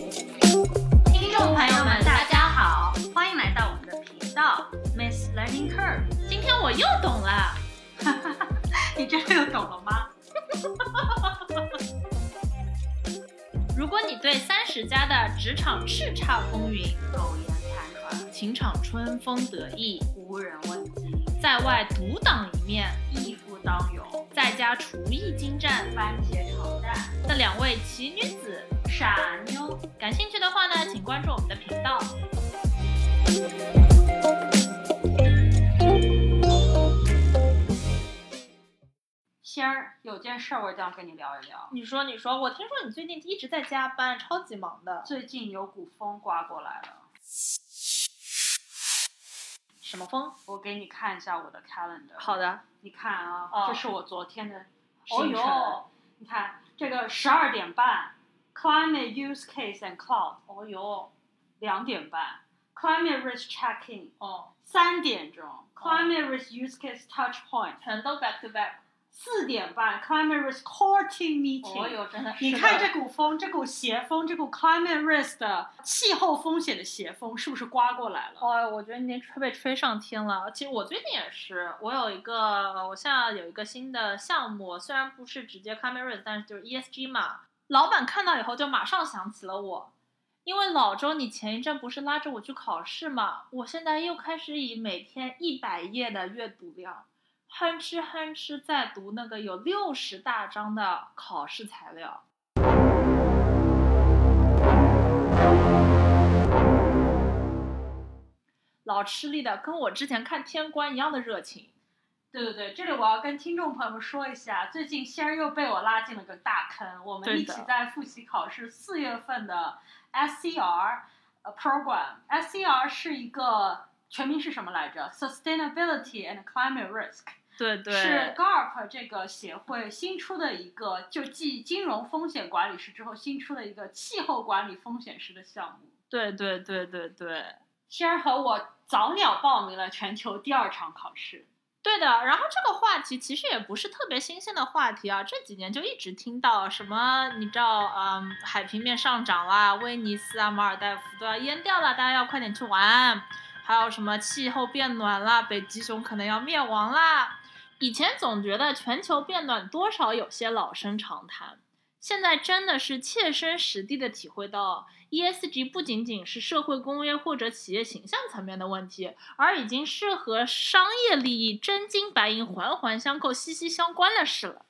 听众朋友们，大家好，欢迎来到我们的频道 Miss Learning Curve。今天我又懂了， 你真的又懂了吗？如果你对三十加的职场叱咤风云、苟延残喘、情场春风得意、无人问津，在外独当一面、义夫当勇，在家厨艺精湛、番茄炒蛋的两位奇女子傻妞，感兴趣的话呢，请关注我们的频道。仙儿，有件事儿我想跟你聊一聊。你说，你说，我听说你最近一直在加班，超级忙的。最近有股风刮过来了，什么风？我给你看一下我的 calendar。好，的，你看啊，哦这是我昨天 的哦行程。哟，你看这个十二点半，climate use case and cloud。哦哟，两点半，climate risk check in。哦，三点钟，climate risk use case touch point。全都 back to back。四点半，climate risk core team meeting。哦哟，真的是的。你看这股风，这股邪风，这股 climate risk 的气候风险的邪风，是不是刮过来了？哦，我觉得你已经吹被吹上天了。其实我最近也是，我有一个，我现在有一个新的项目，虽然不是直接 c a m e r a 但是就是 ESG 嘛。老板看到以后就马上想起了我，因为老周你前一阵不是拉着我去考试嘛，我现在又开始以每天一百页的阅读量，哼哧哼哧在读那个有六十大章的考试材料。老吃力的，跟我之前看天官一样的热情。对对对，这里我要跟听众朋友们说一下，最近仙儿又被我拉进了个大坑。我们对一的起在复习考试四月份的 SCR 呃 program。SCR 是一个全名是什么来着？Sustainability and Climate Risk。对对，是 GARP 这个协会新出的一个，就继金融风险管理师之后新出的一个气候管理风险师的项目。对对对对对，仙儿和我早鸟报名了全球第二场考试。对的。然后这个话题其实也不是特别新鲜的话题啊，这几年就一直听到什么，你知道，嗯，海平面上涨啦，威尼斯啊、马尔代夫都要淹掉了，大家要快点去玩。还有什么气候变暖啦，北极熊可能要灭亡啦。以前总觉得全球变暖多少有些老生常谈，现在真的是切身实地的体会到，ESG 不仅仅是社会公约或者企业形象层面的问题，而已经是和商业利益真金白银环环相扣、息息相关的事了。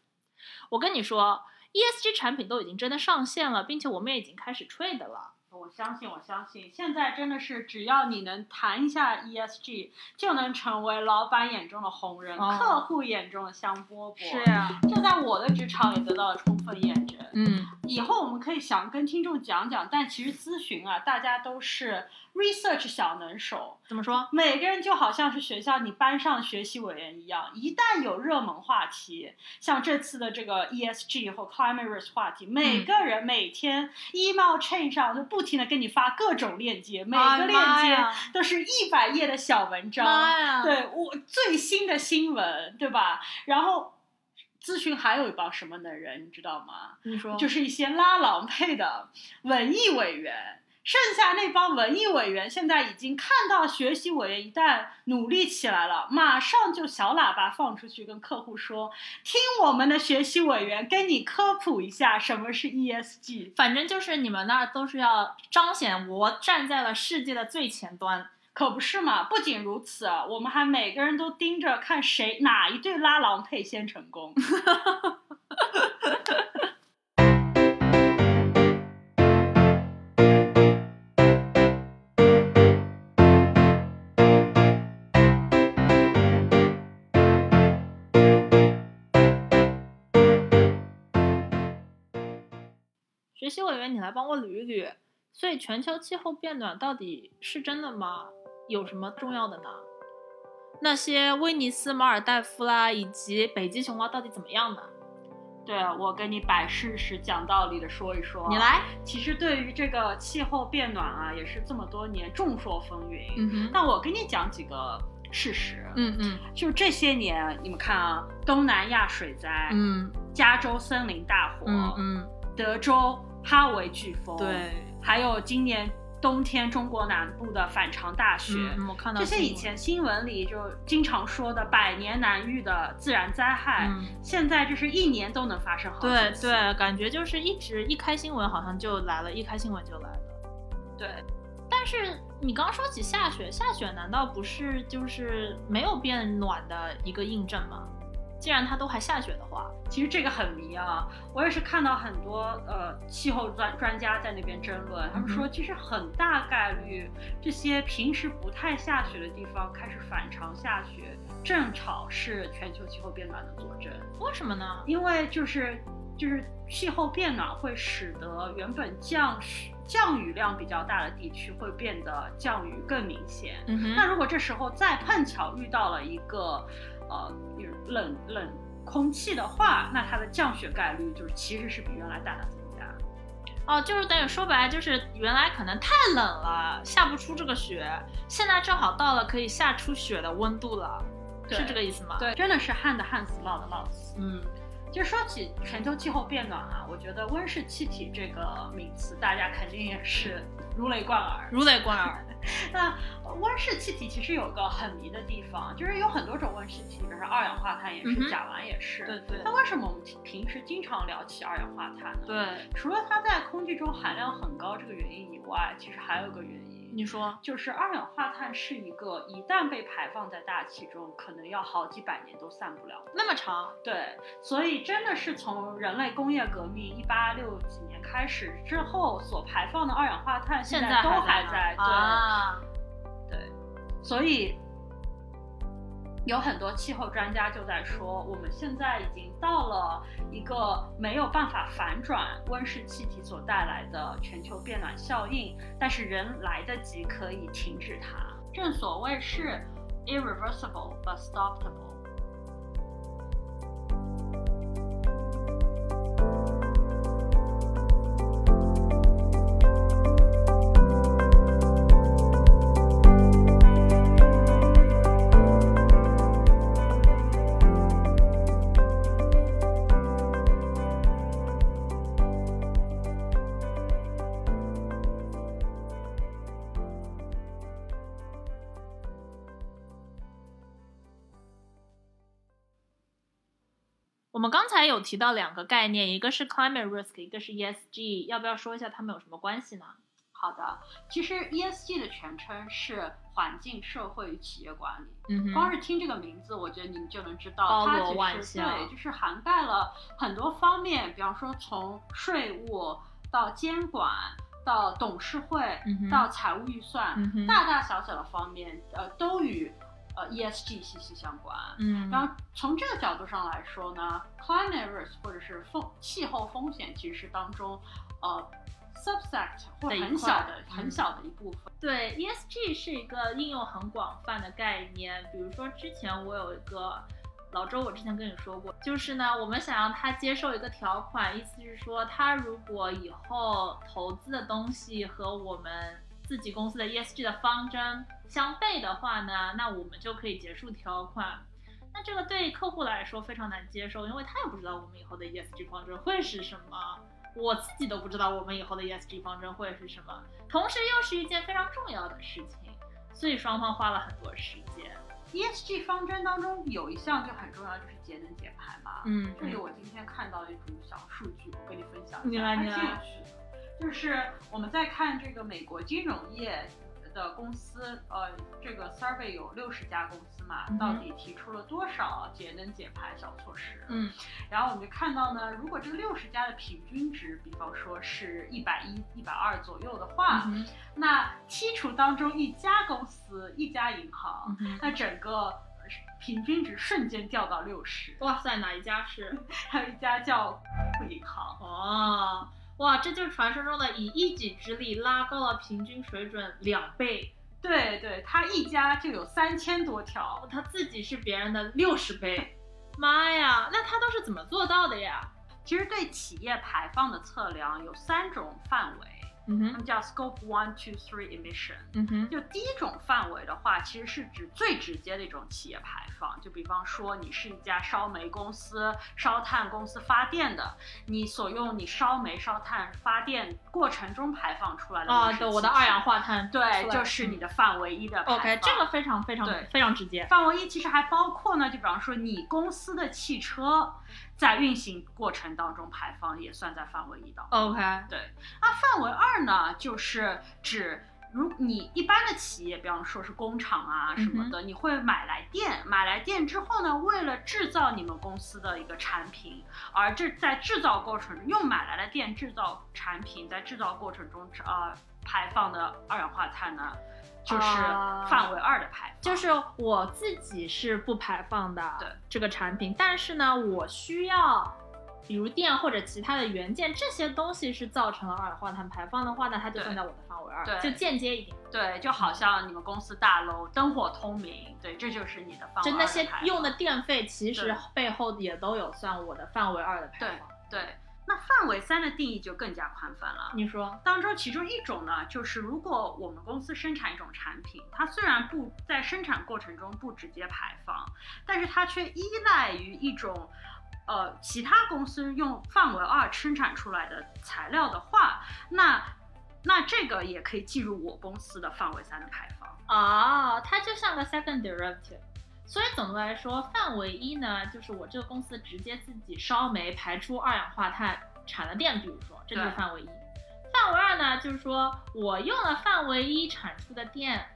我跟你说，ESG 产品都已经真的上线了，并且我们也已经开始 trade 了。我相信，我相信，现在真的是只要你能谈一下 ESG，就能成为老板眼中的红人，哦客户眼中的香饽饽。呀、这在我的职场也得到了充分验证。嗯，以后我们可以想跟听众讲讲，但其实咨询啊，大家都是 research 小能手，怎么说？每个人就好像是学校你班上的学习委员一样，一旦有热门话题，像这次的这个 E ESG 或 climate risk 话题，嗯每个人每天 email chain 上就不停的给你发各种链接，每个链哎接呀都是一百页的小文章。妈呀！对我最新的新闻，对吧？然后咨询还有一帮什么的人，你知道吗？你说就是是一些拉郎配的文艺委员。剩下那帮文艺委员现在已经看到学习委员一旦努力起来了，马上就小喇叭放出去，跟客户说：“听我们的学习委员跟你科普一下什么是 E ESG。反正就是你们那儿都是要彰显我站在了世界的最前端。”可不是嘛？不仅如此，啊我们还每个人都盯着看谁哪一对拉郎配先成功。学习委员，你来帮我捋一捋。所以，全球气候变暖到底是真的吗？有什么重要的呢？那些威尼斯、马尔代夫啦，以及北极熊啊，到底怎么样呢？对我跟你摆事实、讲道理的说一说。啊你，来，其实对于这个气候变暖啊，也是这么多年众说纷纭。嗯哼，但我跟你讲几个事实，嗯嗯就这些年，你们看啊，东南亚水灾、嗯加州森林大火、嗯嗯，德州哈维飓风，，对，还有今年冬天中国南部的反常大雪。嗯，我看到这些新以闻，前新闻里就经常说的百年难遇的自然灾害，嗯。现在就是一年都能发生好几对次对，感觉啊就是一直一开新闻好像就来了，一开新闻就来了。对，但是你刚说起下雪，下雪难道不是就是没有变暖的一个印证吗？既然它都还下雪的话，其实这个很迷啊，我也是看到很多呃气候专专家在那边争论，他们说其实很大概率这些平时不太下雪的地方开始反常下雪，正好是全球气候变暖的佐证，为什么呢？因为就是就是气候变暖会使得原本降水降雨量比较大的地区会变得降雨更明显，嗯哼那如果这时候再碰巧遇到了一个呃就是冷冷空气的话，那它的降雪概率就是其实是比原来大大增加。哦，就是等于说白，了，就是原来可能太冷了，下不出这个雪，现在正好到了可以下出雪的温度了，是对这个意思吗？，对，真的是旱的旱死，涝的涝死。嗯就说起全球气候变暖啊，我觉得温室气体这个名词大家肯定也是如雷贯耳。如雷贯 耳。那温室气体其实有个很迷的地方，就是有很多种温室气体，比如说二氧化碳也嗯是，哼甲烷也是。 对那为什么我们平时经常聊起二氧化碳呢？对，除了它在空气中含量很高这个原因以外，其实还有一个原因，你说，就是二氧化碳是一个一旦被排放在大气中，可能要好几百年都散不了。那么长，对，所以真的是从人类工业革命一八六几年开始之后所排放的二氧化碳，现在都还在。呢啊，对，所以。有很多气候专家就在说，我们现在已经到了一个没有办法反转温室气体所带来的全球变暖效应，但是人来得及可以停止它。正所谓是 irreversible but stoppable。我们刚才有提到两个概念，一个是 climate risk，一个是 ESG，要不要说一下它们有什么关系呢？好的，其实 ESG 的全称是环境、社会与企业管理。嗯光是听这个名字，我觉得你们就能知道，包它罗其实万象对，就是涵盖了很多方面，比方说从税务到监管到董事会、嗯哼到财务预算，嗯哼大大小小的方面，呃，都与呃 ESG 息息相关。嗯，然后从这个角度上来说呢，climate risk 或者是风气候风险其实是当中，呃，subsect 或的一很块小的嗯很小的一部分。对，ESG 是一个应用很广泛的概念。比如说，之前我有一个老周，我之前跟你说过，就是呢，我们想让他接受一个条款，意思是说，他如果以后投资的东西和我们自己公司的 ESG 的方针相悖的话呢，那我们就可以结束条款。那这个对客户来说非常难接受，因为他也不知道我们以后的 ESG 方针会是什么，我自己都不知道我们以后的 ESG 方针会是什么。同时又是一件非常重要的事情，所以双方花了很多时间。 ESG E 方针当中有一项就很重要，就是节能减排嘛。嗯这里我今天看到一组小数据，我跟你分享一你下，来还你挺有来趣的。就是我们在看这个美国金融业的公司，呃，这个 survey 有六十家公司嘛嗯哼，到底提出了多少节能减排小措施？嗯然后我们就看到呢，如果这个六十家的平均值，比方说是一百一、一百二左右的话，嗯那剔除当中一家公司、一家银行，嗯哼，那整个呃平均值瞬间掉到六十。 哇塞，哪一家是？还有一家叫银行，哦，哇，这就是传说中的以一己之力拉高了平均水准两倍，对对，它一家就有三千多哦条。他自己是别人的六十倍。妈呀，那他都是怎么做到的呀？其实对企业排放的测量有三种范围，嗯它哼，们叫 Scope One、Two、Three emission。嗯哼，就第一种范围的话，其实是指最直接的一种企业排放，就比方说你是一家烧煤公司、烧炭公司发电的，你所用你烧煤、烧炭发电过程中排放出来的啊，温室对，气我的体二氧化碳出来对，了，就是你嗯的范围一的排放。 OK，这个非常非常对非常直接。范围一其实还包括呢，就比方说你公司的汽嗯车在运行过程当中排放也算在范围一当中。 OK，对，那范围二呢，就是指如你一般的企业，比方说是工厂啊嗯什么的，你会买来电，买来电之后呢，为了制造你们公司的一个产品，而这在制造过程用买来的电制造产品，在制造过程中呃排放的二氧化碳呢，就是啊范围二的排放，就是我自己是不排放的对这个产品，但是呢，我需要。比如电或者其他的元件，这些东西是造成了二氧化碳排放的话，那它就对算在我的范围二，对就间接一点。对，就好像你们公司大楼灯火通明，对，这就是你的范围就二那的些排放用的电费，其实对背后也都有算我的范围二的排放。对。那范围三的定义就更加宽泛了，你说，当中其中一种呢，就是如果我们公司生产一种产品，它虽然不在生产过程中不直接排放，但是它却依赖于一种。呃，其他公司用范围二生产出来的材料的话，那那这个也可以计入我公司的范围三的排放。哦，它就像个 second derivative。所以总的来说，范围一呢，就是我这个公司直接自己烧煤排出二氧化碳产了电，比如说，这就是对范围一。范围二呢，就是说我用了范围一产出的电，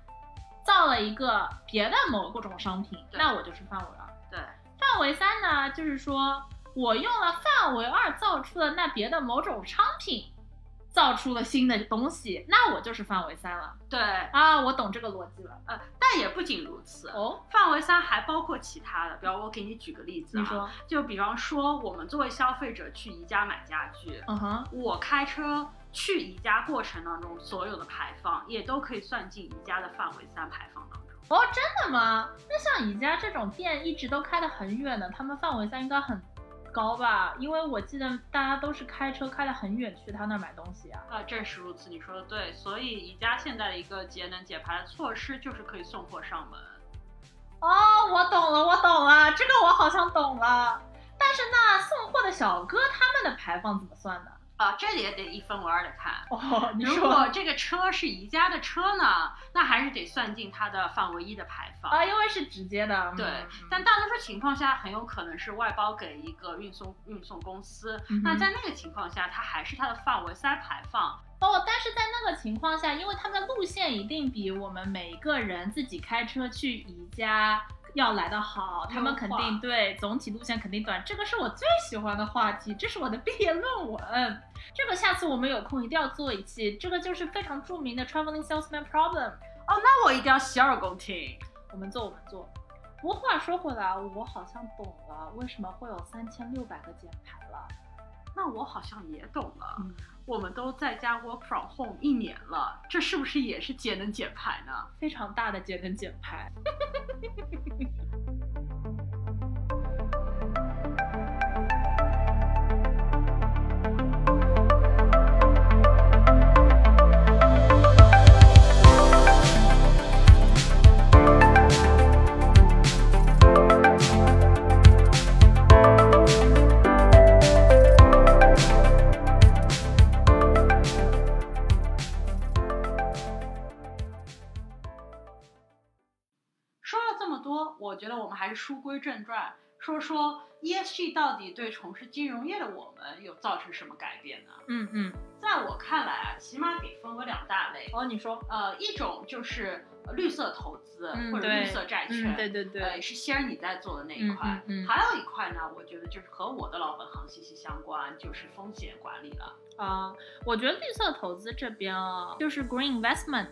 造了一个别的某个种商品，对那我就是范围二。对范围三呢，就是说我用了范围二造出的那别的某种商品，造出了新的东西，那我就是范围三了对，啊！我懂这个逻辑了。呃，但也不仅如此，哦，范围三还包括其他的，比方我给你举个例子你啊，说，就比方说我们作为消费者去宜家买家具，嗯哼，我开车去宜家过程当中所有的排放也都可以算进宜家的范围三排放当中。哦，真的吗？那像宜家这种店一直都开得很远的，他们范围三应该很高吧？因为我记得大家都是开车开得很远去他那儿买东西啊。啊，正是如此，你说的对。所以宜家现在的一个节能减排的措施就是可以送货上门。哦，我懂了，我懂了，这个我好像懂了。但是那送货的小哥他们的排放怎么算呢？啊，这里也得一分为二的看。哦，你如说果这个车是宜家的车呢，那还是得算进它的范围一的排放。啊，因为是直接的，对嗯，但大多数情况下很有可能是外包给一个运送运送公司。嗯哼那在那个情况下，它还是它的范围三排放。哦，但是在那个情况下，因为他们的路线一定比我们每一个人自己开车去宜家要来的好，他们肯优定化对总体路线肯定短，这个是我最喜欢的话题，这是我的毕业论文，这个下次我们有空一定要做一期，这个就是非常著名的 traveling salesman problem，哦，那我一定要洗耳恭听。我们做我们做。不过话说回来，啊我好像懂了为什么会有三千六百个减排了。那我好像也懂了，嗯，我们都在家 work from home 一年了，这是不是也是节能减排呢？非常大的节能减排。说了这么多，我觉得我们还是书归正传，说说 ESG 到底对从事金融业的我们有造成什么改变呢？嗯嗯，在我看来啊，起码得分为两大类。哦，你说，呃，一种就是绿色投资、嗯或者对绿色债券，嗯，对对对，呃，也是仙儿你在做的那一嗯块。嗯嗯还有一块呢，我觉得就是和我的老本行息息相关，就是风险管理了。啊、我觉得绿色投资这边啊，就是 green investment。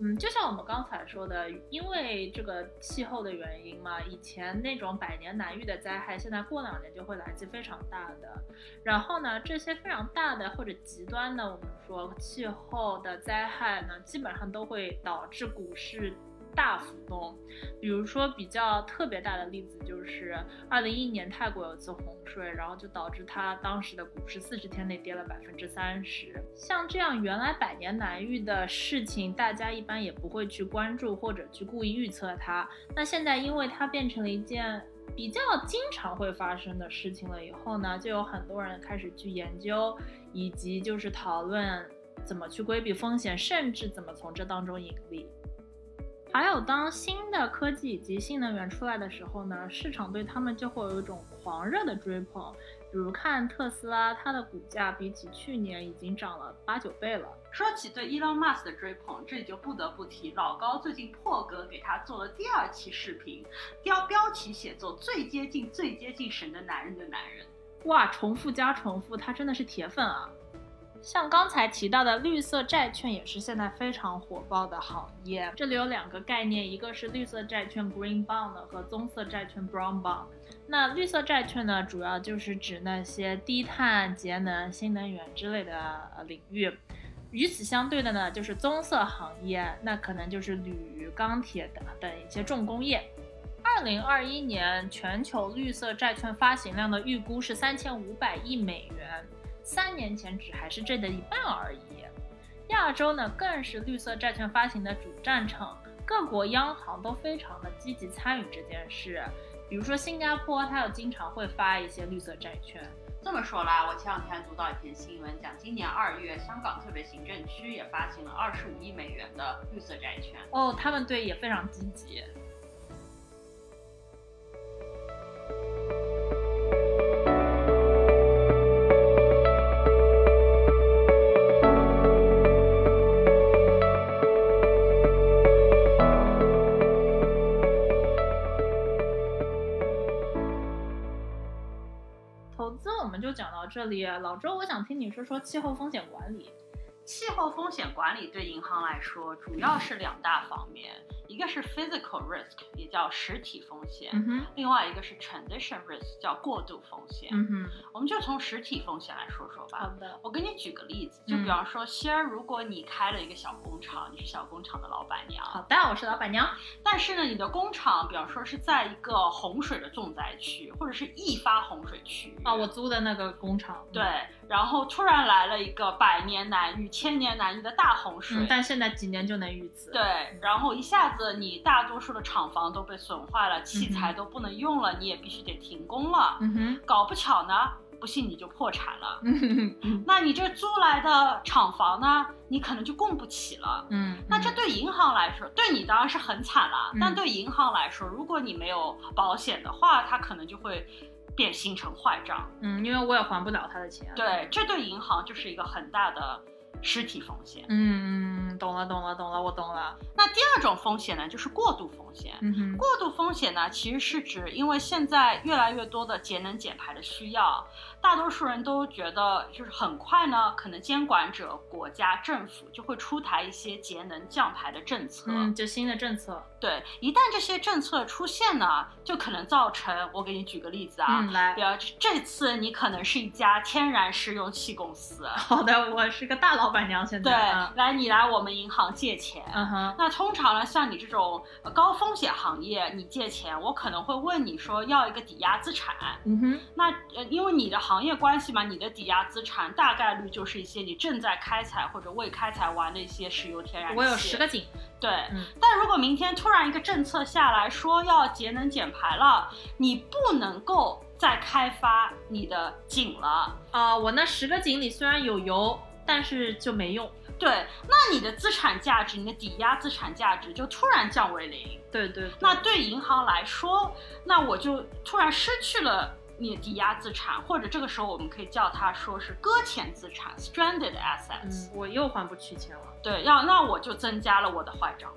嗯，就像我们刚才说的，因为这个气候的原因嘛，以前那种百年难遇的灾害，现在过两年就会来自非常大的。然后呢，这些非常大的或者极端的，我们说气候的灾害呢，基本上都会导致股市大股东。比如说比较特别大的例子就是二零一一年泰国有一次洪水，然后就导致它当时的股市四十天内跌了百分之三十。像这样原来百年难遇的事情，大家一般也不会去关注或者去故意预测它。那现在因为它变成了一件比较经常会发生的事情了以后呢，就有很多人开始去研究，以及就是讨论怎么去规避风险，甚至怎么从这当中盈利。还有，当新的科技以及新能源出来的时候呢，市场对他们就会有一种狂热的追捧。比如看特斯拉，它的股价比起去年已经涨了八九倍了。说起对 Elon Musk 的追捧，这里就不得不提老高最近破格给他做了第二期视频，标标题写作“最接近最接近神的男人的男人哇，重复加重复，他真的是铁粉啊！像刚才提到的绿色债券也是现在非常火爆的行业。这里有两个概念，一个是绿色债券 （green bond） 和棕色债券 （brown bond）。那绿色债券呢，主要就是指那些低碳、节能、新能源之类的呃领域。与此相对的呢，就是棕色行业，那可能就是铝、钢铁等等一些重工业。二零二一年全球绿色债券发行量的预估是三千五百亿美元。三年前只还是这的一半而已。亚洲呢，更是绿色债券发行的主战场，各国央行都非常的积极参与这件事。比如说新加坡，它有经常会发一些绿色债券。”。这么说来，我前两天读到一篇新闻，讲今年二月香港特别行政区也发行了二十五亿美元的绿色债券。哦，他们对也非常积极。投资我们就讲到这里，老周，我想听你说说气候风险管理。气候风险管理对银行来说主要是两大方面，一个是 physical risk，也叫实体风险，嗯哼，另外一个是 transition risk，叫过渡风险。嗯哼，我们就从实体风险来说说吧。好的，我给你举个例子，就比嗯方说，虽然如果你开了一个小工厂，你是小工厂的老板娘，好的，我是老板娘。但是呢，你的工厂，比方说是在一个洪水的重灾区，或者是易发洪水区域啊，我租的那个工厂。嗯对，然后突然来了一个百年难遇、千年难遇的大洪水，嗯，但现在几年就能遇刺。对，然后一下子你大多数的厂房都被损坏了，器材都不能用了，你也必须得停工了。嗯哼，搞不巧呢，不信你就破产了。嗯哼嗯那你这租来的厂房呢，你可能就供不起了。嗯，那这对银行来说，对你当然是很惨了，嗯但对银行来说，如果你没有保险的话，它可能就会变形成坏账。嗯，因为我也还不了他的钱。对，这对银行就是一个很大的实体风险。嗯，懂了，懂了，懂了，我懂了。那第二种风险呢，就是过度风险。嗯哼，过度风险呢，其实是指因为现在越来越多的节能减排的需要，大多数人都觉得就是很快呢，可能监管者、国家、政府就会出台一些节能降排的政策。嗯，就新的政策。对，一旦这些政策出现呢，就可能造成，我给你举个例子啊，嗯，来比。方这次你可能是一家天然石油气公司，好的，我是个大老板娘，现对，在。嗯来你来我们银行借钱，嗯哼，那通常呢，像你这种呃高风险行业，你借钱，我可能会问你说要一个抵押资产。嗯哼，那呃，因为你的行业关系嘛，你的抵押资产大概率就是一些你正在开采或者未开采完的一些石油、天然气。我有十个井。对，嗯但如果明天突然一个政策下来说要节能减排了，你不能够再开发你的井了。啊、我那十个井里虽然有油，但是就没用。对，那你的资产价值，你的抵押资产价值就突然降为零。对对那对银行来说，那我就突然失去了你抵押资产，或者这个时候我们可以叫它说是搁浅资产 （stranded 嗯 assets）。，我又还不起钱了。对，要那我就增加了我的坏账。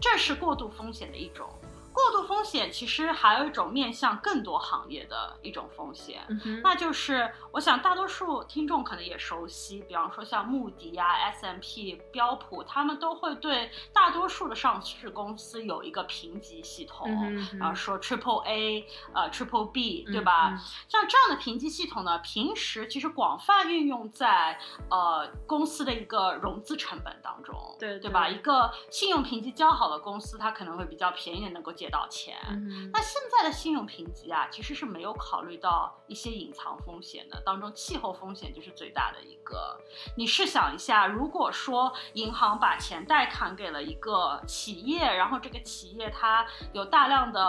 这是过度风险的一种。过度风险其实还有一种面向更多行业的一种风险，嗯哼那就是我想大多数听众可能也熟悉，比方说像穆迪啊、S M P、标普，他们都会对大多数的上市公司有一个评级系统。嗯哼嗯哼然后啊说 triple A，呃 triple B，对嗯吧？嗯像这样的评级系统呢，平时其实广泛运用在呃公司的一个融资成本当中，对对吧？对一个信用评级较好的公司，它可能会比较便宜的能够借到钱。嗯那现在的信用评级啊，其实是没有考虑到一些隐藏风险的，当中气候风险就是最大的一个。你试想一下，如果说银行把钱贷款给了一个企业，然后这个企业它有大量的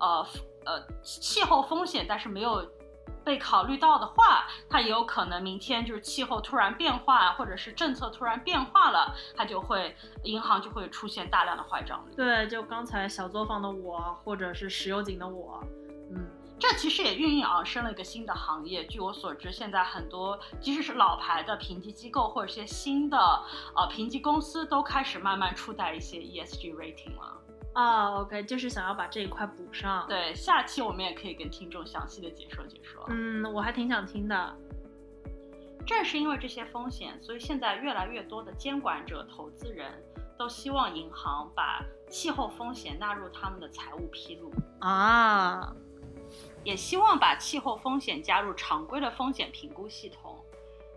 呃呃气候风险，但是没有。被考虑到的话，它也有可能明天就是气候突然变化，或者是政策突然变化了，它就会银行就会出现大量的坏账率。对，就刚才小作坊的我，或者是石油井的我，嗯，这其实也孕育而生了一个新的行业。据我所知，现在很多即使是老牌的评级机构或者一些新的呃评级公司，都开始慢慢出台一些 ESG rating 了。啊，OK，就是想要把这一块补上。，对，下期我们也可以跟听众详细的解说解说。嗯，我还挺想听的。正是因为这些风险，所以现在越来越多的监管者、投资人都希望银行把气候风险纳入他们的财务披露。啊，也希望把气候风险加入常规的风险评估系统。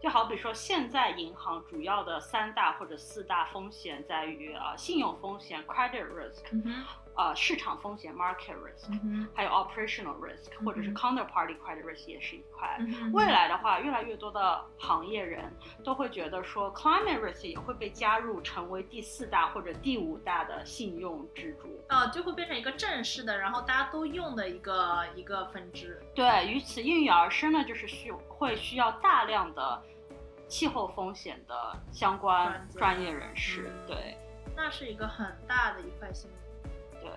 就好比说，现在银行主要的三大或者四大风险在于啊、呃信用风险 （credit risk）、嗯哼，呃市场风险 （market risk），、嗯哼，还有 operational risk，或者是嗯 counterparty credit risk 也是一块。嗯哼未来的话，越来越多的行业人都会觉得说，climate risk 也会被加入，成为第四大或者第五大的信用支柱。啊，就会变成一个正式的，然后大家都用的一个一个分支。对，与此应运而生呢，就是需会需要大量的气候风险的相关专家嗯专业人士，对那是一个很大的一块新闻。对。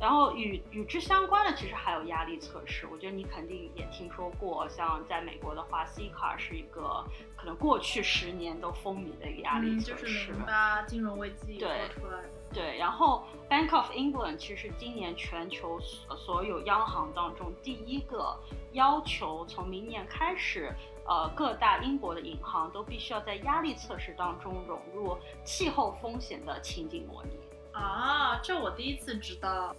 然后与与之相关的，其实还有压力测试。我觉得你肯定也听说过，像在美国的话，C 卡是一个可能过去十年都风靡的一个压力嗯，测就试。是零八金融危机以后对出来的。对，然后 Bank of England 其实今年全球所所有央行当中第一个要求，从明年开始，呃，各大英国的银行都必须要在压力测试当中融入气候风险的情景模拟。啊，这我第一次知道。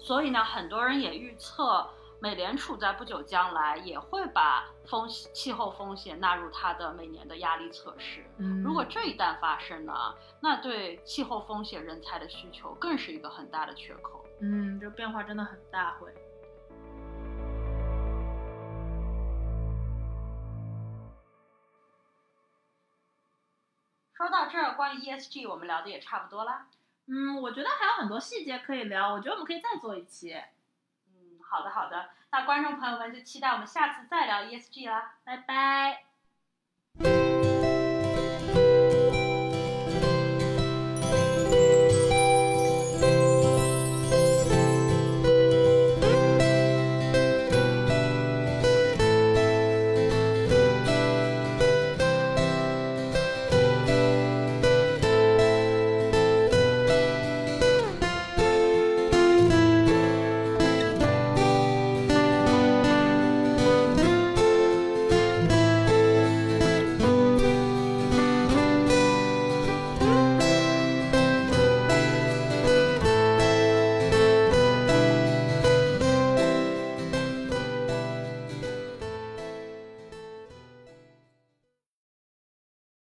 所以呢，很多人也预测，美联储在不久将来也会把风气候风险纳入它的每年的压力测试。嗯如果这一旦发生呢，那对气候风险人才的需求更是一个很大的缺口。嗯，这变化真的很大会。说到这儿，关于 ESG 我们聊的也差不多啦。嗯，我觉得还有很多细节可以聊，我觉得我们可以再做一期。嗯，好的好的，那观众朋友们就期待我们下次再聊 ESG E 啦，拜拜。